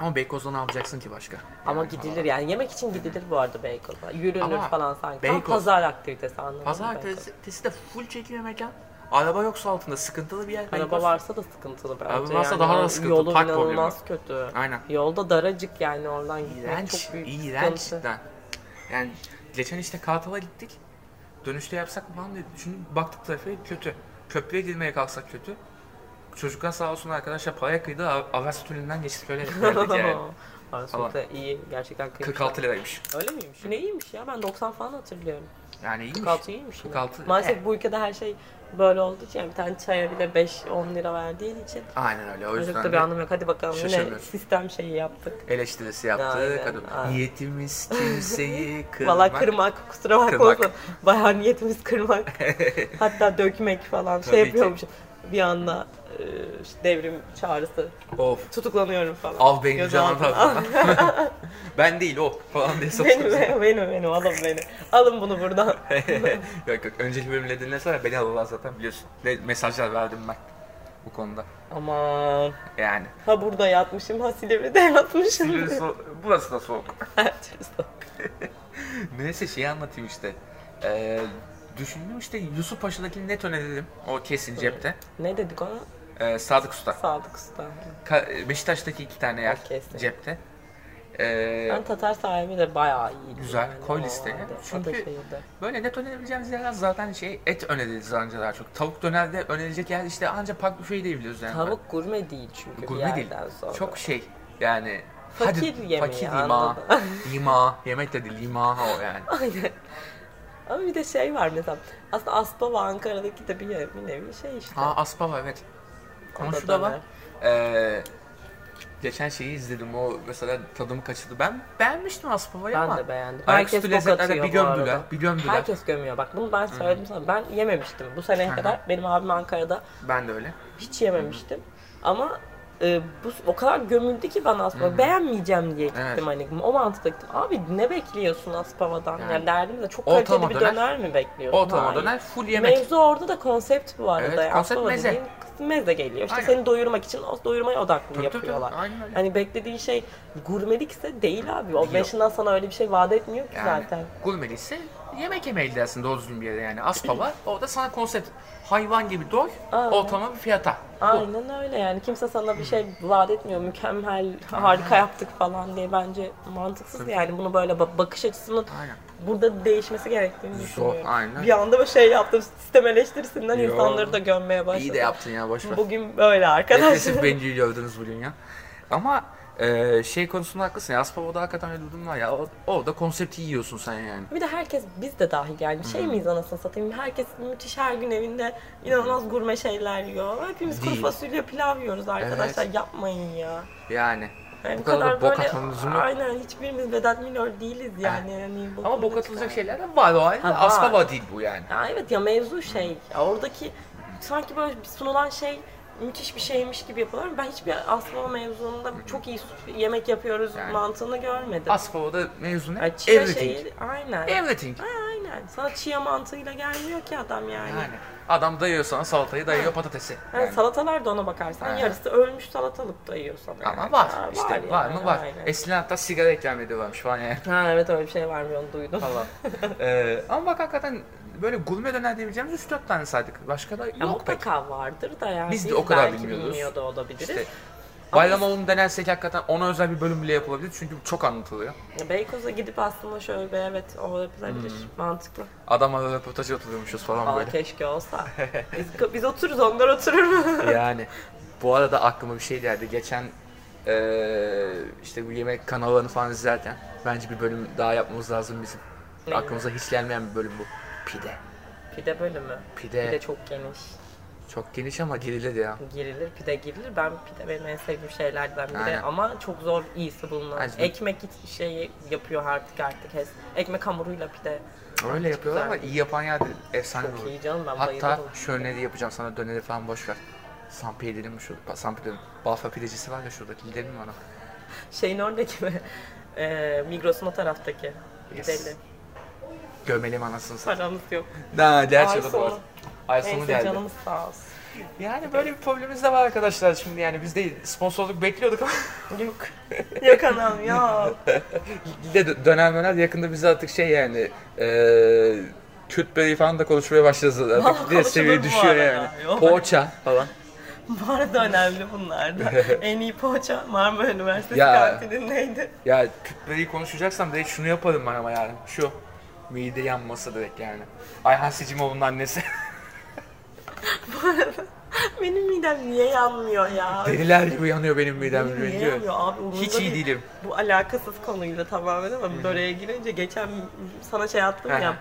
A: Ama Beykoz'da ne yapacaksın ki başka?
B: Ama gidilir yani. Yemek için gidilir bu arada Beykoz'a. Yürünür
A: Ama
B: falan sanki. Tam
A: Beykoz-
B: pazar aktivitesi anladın mı
A: Pazar
B: Beykoz?
A: kalitesi de full çekiyor mekan. Araba yoksa altında sıkıntılı bir yer.
B: Araba
A: Beykoz.
B: varsa da sıkıntılı bence.
A: Araba varsa
B: yani.
A: daha da
B: O
A: sıkıntı,
B: Yolu
A: park problemi
B: inanılmaz kötü.
A: Aynen.
B: Yolda daracık yani oradan gitmek
A: İğrenç,
B: çok büyük
A: iğrenç
B: sıkıntı.
A: cidden. Yani geçen işte Kartal'a gittik. Dönüşte yapsak mı falan diye düşündük. Baktık trafiğe kötü. Köprüye girmeye kalksak kötü. Çocuklar sağ olsun arkadaşlar paraya kıydı. Ar- Aras tünelinden geçtik öyle geldik yani.
B: Aslında da iyi gerçekten kıymış.
A: 46 liraymış.
B: Öyle miymiş? Ne iyiymiş ya ben 90 falan hatırlıyorum.
A: Yani iyiymiş.
B: 46 iyiymiş. yine.
A: 46,
B: Maalesef
A: eh.
B: bu ülkede her şey böyle olduğu için yani bir tane çaya bile 5-10 lira verdiğin için
A: Aynen öyle. O
B: çok
A: yüzden
B: da bir
A: de
B: anlamı yok. Hadi bakalım yine
A: şaşırmıyorsun.
B: sistem şeyi yaptık.
A: eleştirisi yaptık.
B: Aynen,
A: Kadın,
B: aynen.
A: Niyetimiz kimseyi kırmak.
B: Valla kırmak kusura bakma.
A: Kırmak.
B: Bayağı niyetimiz kırmak. Hatta dökmek falan
A: Tabii
B: şey
A: ki.
B: yapıyormuş. Bir anda e, işte devrim çağrısı.
A: Of.
B: Tutuklanıyorum falan.
A: Al beni
B: Gözaltına
A: canına
B: al.
A: falan. ben değil o falan diye
B: Benim,
A: satıyorsun.
B: benim, benim, benim, alın beni. Alın bunu buradan.
A: yok yok önceki bölümleri dinlesene beni alırlar zaten biliyorsun. Ne mesajlar verdim ben bu konuda.
B: Aman.
A: Yani.
B: Ha burada yatmışım, ha Silivri'de yatmışım.
A: Burası, burası da soğuk.
B: Her türlü.
A: Neyse şeyi anlatayım işte. Ee, düşündüm işte Yusuf Paşa'daki net önerelim. O kesin cepte.
B: ne dedik ona?
A: Ee, Sadık Usta.
B: Sadık Usta.
A: Ka- Beşiktaş'taki iki tane yer
B: O kesin.
A: cepte. Ee,
B: Ben Tatar sahibi de bayağı iyiydi.
A: Güzel, koy
B: o
A: listeye.
B: vardı,
A: Çünkü-
B: Ataşehir'de.
A: Böyle net önerebileceğimiz yerler zaten şey et öneririz anca daha çok. Tavuk dönerde önerilecek yer işte ancak park büfeyi diyebiliyoruz yani.
B: Tavuk gurme değil çünkü
A: Gurme
B: bir
A: değil.
B: yerden sonra.
A: Çok şey yani.
B: Fakir yemeği,
A: Fakir ima.
B: anladın.
A: ima. Yemek de değil ima o yani.
B: Aynen. Ama bir de şey var mesela. Aslında Aspava Ankara'daki de bir, yer- bir nevi şey işte.
A: Ha aspa var evet. Komşu da var. Ee, geçen şeyi izledim o mesela tadımı kaçırdı. Ben beğenmiştim Aspava'yı
B: Ben
A: ama.
B: de beğendim.
A: Herkes
B: Herkes
A: Ayaküstü
B: bok atıyor
A: lezzetlerde bir
B: bu arada.
A: gömdüler. Bir gömdüler.
B: Herkes gömüyor. Bak bunu ben söyledim sana. Ben yememiştim. Bu seneye kadar benim abim Ankara'da
A: Ben de öyle.
B: hiç yememiştim. Ama e, bu o kadar gömüldü ki bana Aspava. Beğenmeyeceğim diye gittim
A: Evet.
B: hani. O mantıkla gittim. Abi ne bekliyorsun Aspava'dan? Yani,
A: Yani.
B: derdim de çok
A: Ortalama
B: kaliteli bir
A: döner.
B: döner, mi bekliyorsun?
A: Ortalama
B: Hayır.
A: döner full yemek.
B: Mevzu orada da konsept bu arada.
A: Evet,
B: Yani
A: konsept
B: Aspava
A: meze.
B: dediğin kısım meze geliyor. İşte
A: Aynen.
B: seni doyurmak için o doyurmaya odaklı
A: tabii,
B: yapıyorlar.
A: tabii. Aynen öyle.
B: Hani beklediğin şey gurmelikse değil abi. O
A: Yok.
B: yaşından sana öyle bir şey vaat etmiyor ki
A: Yani
B: zaten.
A: gurmeliyse yemek yemeye gidersin doğru düzgün bir yere yani. Aspa var. Orada sana konsept hayvan gibi doy,
B: Aynen.
A: ortama bir fiyata. Bu.
B: Aynen öyle yani kimse sana bir şey vaat etmiyor mükemmel harika yaptık falan diye bence mantıksız yani bunu böyle ba- bakış açısının
A: Aynen.
B: burada değişmesi gerektiğini düşünüyorum.
A: aynen.
B: Bir anda bir şey yaptım sistem eleştirisinden
A: Yo.
B: insanları da gömmeye başladım.
A: İyi de yaptın ya boş ver.
B: Bugün böyle arkadaşlar.
A: Depresif benciyi gördünüz bugün ya. Ama e, şey konusunda haklısın ya. Aspava'da hakikaten öyle bir durum var ya. O- Orada konsepti yiyorsun sen yani.
B: Bir de herkes biz de dahil yani şey miyiz anasını satayım herkes müthiş her gün evinde inanılmaz gurme şeyler yiyor. Hepimiz kuru
A: Değil.
B: fasulye pilav yiyoruz arkadaşlar yapmayın ya.
A: Yani.
B: Yani
A: bu kadar, da bok atmanın lüzumu yok.
B: Aynen hiçbirimiz Vedat Milor değiliz yani. hani yani bokunu
A: Ama bok
B: da
A: atılacak
B: çıkar.
A: şeyler de var o halde.
B: Ha, var.
A: Aspava değil bu yani.
B: Ya evet ya mevzu şey. ya oradaki sanki böyle sunulan şey müthiş bir şeymiş gibi yapıyorlar. Ben hiçbir aslında mevzuunda çok iyi yemek yapıyoruz
A: Yani.
B: mantığını görmedim.
A: Aspava'da mevzu ne?
B: Yani chia
A: Everything.
B: şeyi- aynen.
A: Everything.
B: Ha, aynen. Sana chia mantığıyla gelmiyor ki adam yani.
A: Yani. Adam dayıyor sana salatayı, dayıyor patatesi.
B: Yani
A: Yani.
B: salatalar da ona bakarsan
A: Aynen.
B: yarısı ölmüş salatalık da yiyor sana. yani.
A: Ama var.
B: Ha,
A: işte var,
B: yani,
A: mı? Var.
B: aynen.
A: Eskiden hatta sigara ikram ediyorlarmış falan yani.
B: Ha evet öyle bir şey varmış onu duydum.
A: falan. Ee, ama bak hakikaten böyle gurme döner diyebileceğimiz 3-4 tane saydık. Başka da
B: Ya
A: yok pek.
B: mutlaka vardır da yani.
A: Biz de o kadar
B: belki
A: bilmiyoruz.
B: bilmiyor da olabiliriz.
A: İşte Bayramoğlu'nu denersek hakikaten ona özel bir bölüm bile yapılabilir çünkü çok anlatılıyor.
B: Beykoz'a gidip aslında şöyle bir evet o yapılabilir. Mantıklı.
A: Adamla röportaj atılıyormuşuz falan
B: Aa,
A: Hmm. böyle.
B: keşke olsa. Biz, biz otururuz onlar oturur mu?
A: yani bu arada aklıma bir şey geldi. Geçen eee, işte bu yemek kanallarını falan izlerken bence bir bölüm daha yapmamız lazım bizim.
B: Ne?
A: Aklımıza hiç gelmeyen bir bölüm bu. Pide.
B: Pide bölümü.
A: Pide.
B: Pide çok geniş.
A: Çok geniş ama girildi ya.
B: Girilir, pide girilir. Ben pide benim en sevdiğim şeylerden biri
A: Aynen.
B: ama çok zor iyisi bulunan.
A: Aynen.
B: Ekmek şeyi yapıyor artık artık. Hes- Ekmek hamuruyla pide.
A: Öyle yapıyorlar ama iyi yapan yerde efsane
B: Çok
A: olur.
B: iyi canım, ben
A: Hatta
B: bayılırım.
A: şöyle de yapacağım sana döneri falan boş ver. Sampiyeli'nin mi şurada? Sampiyeli'nin Balfa pidecisi var ya şuradaki gidelim mi ona?
B: Şeyin oradaki mi? Ee, Migros'un o taraftaki.
A: Yes.
B: Gidelim.
A: Gömelim anasını satayım.
B: Paramız yok.
A: Ha,
B: Ay
A: gerçi o da
B: sonu.
A: doğru. Ay sonu
B: Neyse
A: geldi.
B: canımız sağ olsun.
A: Yani böyle bir problemimiz de var arkadaşlar şimdi yani biz de sponsorluk bekliyorduk ama
B: Yok. Yok anam ya.
A: bir de dö- döner döner yakında biz artık şey yani eee Kürt böreği falan da konuşmaya başlarız artık. Bir de
B: konuşulur bu
A: seviye düşüyor
B: arada.
A: yani.
B: Yok.
A: Poğaça falan.
B: Bu arada önemli bunlar da. en iyi poğaça Marmara Üniversitesi
A: Ya.
B: kantinindeydi.
A: Ya Kürt böreği konuşacaksam direkt şunu yaparım ben ama yani. Şu. Mide yanması direkt yani. Ayhan Sicimoğlu'nun annesi.
B: Benim midem niye yanmıyor ya?
A: Deliler gibi yanıyor benim midem.
B: Benim niye
A: biliyor musun?
B: yanmıyor abi? Umurumda
A: Hiç iyi değilim.
B: Bu alakasız konuyla tamamen ama böreğe girince geçen sana şey attım
A: Aha.
B: ya.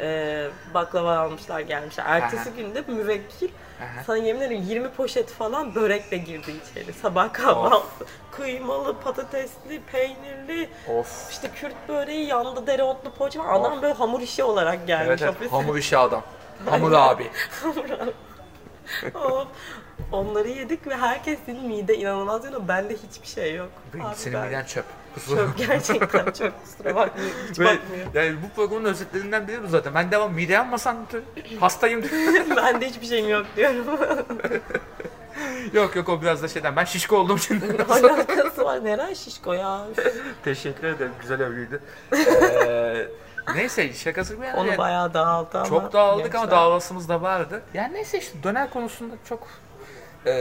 B: e, baklava almışlar gelmişler. Ertesi
A: Aha.
B: gün de müvekkil
A: Aha.
B: sana yemin ederim 20 poşet falan börekle girdi içeri. Sabah kahvaltı. Kıymalı, patatesli, peynirli,
A: Of.
B: İşte Kürt böreği yanında dereotlu poğaça. var. Adam böyle hamur işi olarak gelmiş
A: Evet, evet.
B: ofise.
A: hamur işi adam. Hamur abi.
B: Hamur abi. Of. Onları yedik ve herkesin mide inanılmaz yanıyor. Bende hiçbir şey yok. Abi
A: Senin
B: ben-
A: miden çöp.
B: Çöp gerçekten çöp kusura bakmayın. Hiç
A: Ve
B: bakmıyor.
A: yani bu programın özetlerinden biri bu zaten. Ben devam mide yanmasan diyor, hastayım diyor.
B: Bende hiçbir şeyim yok diyorum.
A: yok yok o biraz da şeyden. Ben şişko olduğum için.
B: Alakası var. Neren şişko ya? Üf,
A: Teşekkür ederim. Güzel övgüydü. Ee, neyse şakası bir yana.
B: Onu
A: yani
B: bayağı dağıldı ama.
A: Çok dağıldık ama
B: gençler.
A: dağılasımız da vardı. Yani neyse işte döner konusunda çok e,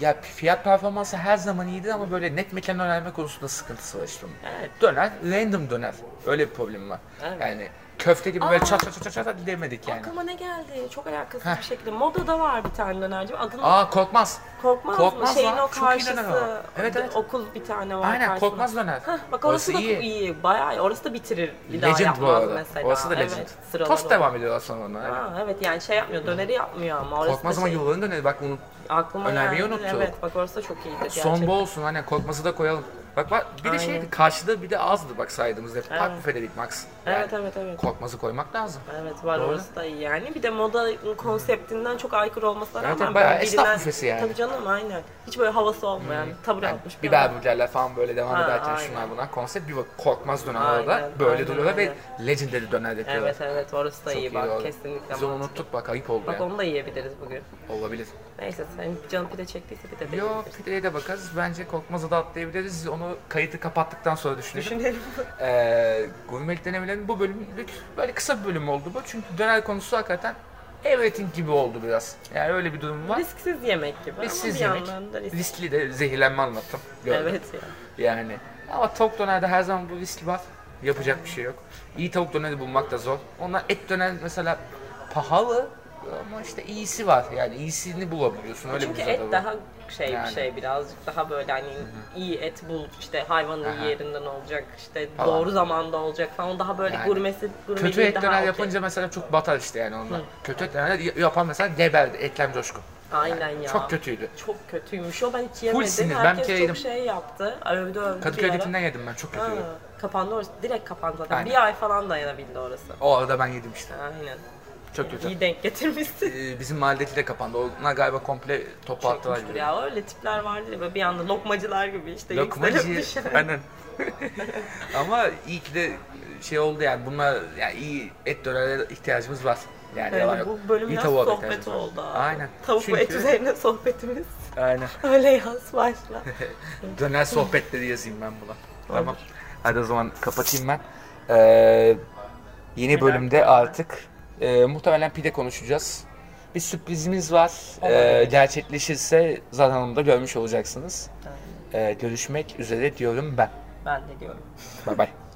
A: ya fiyat performansı her zaman iyiydi ama böyle net mekan önerme konusunda sıkıntısı var işte onun.
B: Evet.
A: Döner, random döner. Öyle bir problem var.
B: Evet.
A: Yani köfte gibi böyle
B: Aa.
A: çat çat çat çat çat demedik yani.
B: Aklıma ne geldi? Çok alakasız
A: Heh.
B: bir şekilde. Moda'da var bir tane dönerci. Adını
A: Aa korkmaz.
B: Korkmaz,
A: Korkmaz
B: mı? Şeyin
A: lan.
B: o
A: Çok iyi döner o.
B: karşısı.
A: Evet, evet.
B: Okul bir tane var
A: Aynen
B: karşısında.
A: korkmaz döner.
B: Hah, bak orası, da iyi. Bayağı iyi. Orası da bitirir. Bir daha
A: Legend bu
B: yapmaz
A: arada.
B: mesela.
A: Orası da legend.
B: Evet, sıralar
A: Tost
B: o.
A: devam ediyor sonra ona. evet.
B: Ha, evet yani şey yapmıyor. Döneri yapmıyor ama. Orası
A: Korkmaz
B: da
A: ama
B: şey-
A: yolların döneri. Bak bunu
B: Aklıma
A: Önermeyi
B: geldi.
A: unuttuk.
B: Evet bak orası da çok iyiydi gerçekten.
A: son bu olsun. Aynen korkmazı da koyalım. Bak bak bir de
B: Aynen.
A: şeydi karşıda bir de azdı bak saydığımız hep. Park
B: Evet.
A: büfede Big Max. Yani
B: Evet evet evet.
A: Korkmazı koymak lazım.
B: Evet var
A: Doğru.
B: orası da iyi yani. Bir de moda konseptinden çok aykırı olmasına
A: Evet,
B: rağmen.
A: evet, bayağı
B: böyle
A: esnaf
B: bilinen-
A: büfesi yani.
B: Tabii canım aynen. Hiç böyle havası olmayan. Tabure
A: Yani
B: atmış. bir adam.
A: biber biberler falan böyle devam
B: Ha,
A: ederken
B: aynen.
A: şunlar bunlar konsept bir bak korkmaz döner
B: Aynen,
A: orada. Böyle
B: aynen,
A: duruyorlar ve legendary döner yapıyorlar.
B: Evet evet orası da
A: Çok
B: iyi bak
A: oldu.
B: kesinlikle.
A: Biz onu unuttuk bak ayıp oldu
B: Bak
A: yani.
B: onu da yiyebiliriz bugün.
A: Olabilir.
B: Neyse sen canın pide çektiyse pide de
A: Yok pideye de bakarız. Bence korkmazı da atlayabiliriz. Onu onu kayıtı kapattıktan sonra düşünelim.
B: Düşünelim.
A: Ee, gurmelik denemelerinin bu bölümlük böyle kısa bir bölüm oldu bu. Çünkü döner konusu hakikaten everything gibi oldu biraz. Yani öyle bir durum var.
B: Risksiz yemek gibi ama
A: Risksiz
B: bir
A: yemek.
B: yandan da risk.
A: Riskli de zehirlenme anlattım. Gördüm.
B: Evet ya.
A: Yani. Ama tavuk dönerde her zaman bu risk var. Yapacak bir şey yok. İyi tavuk döneri bulmak da zor. Onlar et döner mesela pahalı ama işte iyisi var. Yani iyisini bulabiliyorsun. Öyle
B: Çünkü
A: bir güzel
B: et
A: tadı var.
B: daha şey
A: Yani.
B: bir şey birazcık daha böyle hani iyi et bul işte hayvanın
A: Aha.
B: iyi yerinden olacak işte
A: Falan.
B: doğru zamanda olacak falan daha böyle
A: Yani.
B: gurmesi gurmeliği
A: Kötü et
B: daha
A: döner
B: okey.
A: yapınca mesela çok batar işte yani onlar. Kötü et döner y- yapan mesela geberdi. Eklem Coşkun.
B: Aynen ya.
A: Çok kötüydü.
B: Çok kötüymüş o ben hiç yemedim.
A: sinir, ben bir
B: Herkes
A: kere
B: çok
A: yedim.
B: şey yaptı. Övdü övdü
A: Kadıköy'dekinden yedim ben. Çok
B: Ha,
A: kötüydü.
B: kapandı orası. Direkt kapandı zaten.
A: Aynen.
B: Bir ay falan dayanabildi orası.
A: O arada ben yedim işte.
B: Aynen.
A: Çok kötü.
B: İyi denk getirmişsin.
A: Ee, Bizim mahalledeki de kapandı. Onlar galiba komple topu attılar
B: Çekmiştir
A: gibi.
B: ya. Öyle tipler vardır ya böyle bir anda lokmacılar gibi işte yükselip
A: Lokmacı.
B: düşen.
A: Aynen. Ama iyi ki de şey oldu yani bunlar yani iyi et dönerlere ihtiyacımız var. Yani
B: Yani
A: yalan yok.
B: bu bölüm
A: İyi
B: biraz
A: tavuğa da
B: sohbet
A: ihtiyacımız var.
B: oldu abi.
A: Aynen.
B: Tavuk ve et
A: Çünkü-
B: üzerine sohbetimiz.
A: Aynen.
B: Öyle yaz başla.
A: Döner sohbetleri yazayım ben buna. Tamam. Hadi o zaman kapatayım ben. Ee, yeni bölümde artık e, muhtemelen pide konuşacağız. Bir sürprizimiz var. Ee, gerçekleşirse Zan Hanım'da görmüş olacaksınız. Ee, görüşmek üzere diyorum ben.
B: ben de diyorum.
A: Bay bay.